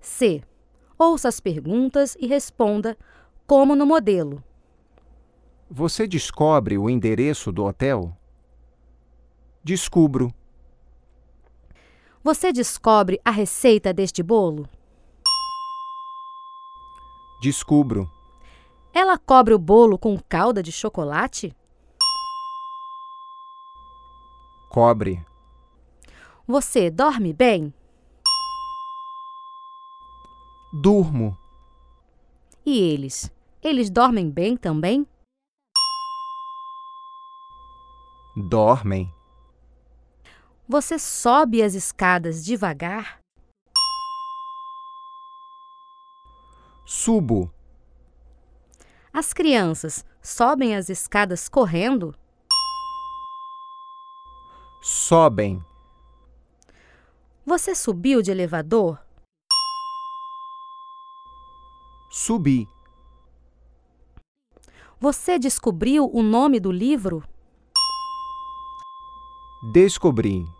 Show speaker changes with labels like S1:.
S1: C. Ouça as perguntas e responda, como no modelo.
S2: Você descobre o endereço do hotel? Descubro.
S1: Você descobre a receita deste bolo?
S2: Descubro.
S1: Ela cobre o bolo com calda de chocolate?
S2: Cobre.
S1: Você dorme bem?
S2: Durmo.
S1: E eles? Eles dormem bem também?
S2: Dormem.
S1: Você sobe as escadas devagar?
S2: Subo.
S1: As crianças sobem as escadas correndo?
S2: Sobem.
S1: Você subiu de elevador?
S2: Subi.
S1: Você descobriu o nome do livro?
S2: Descobri.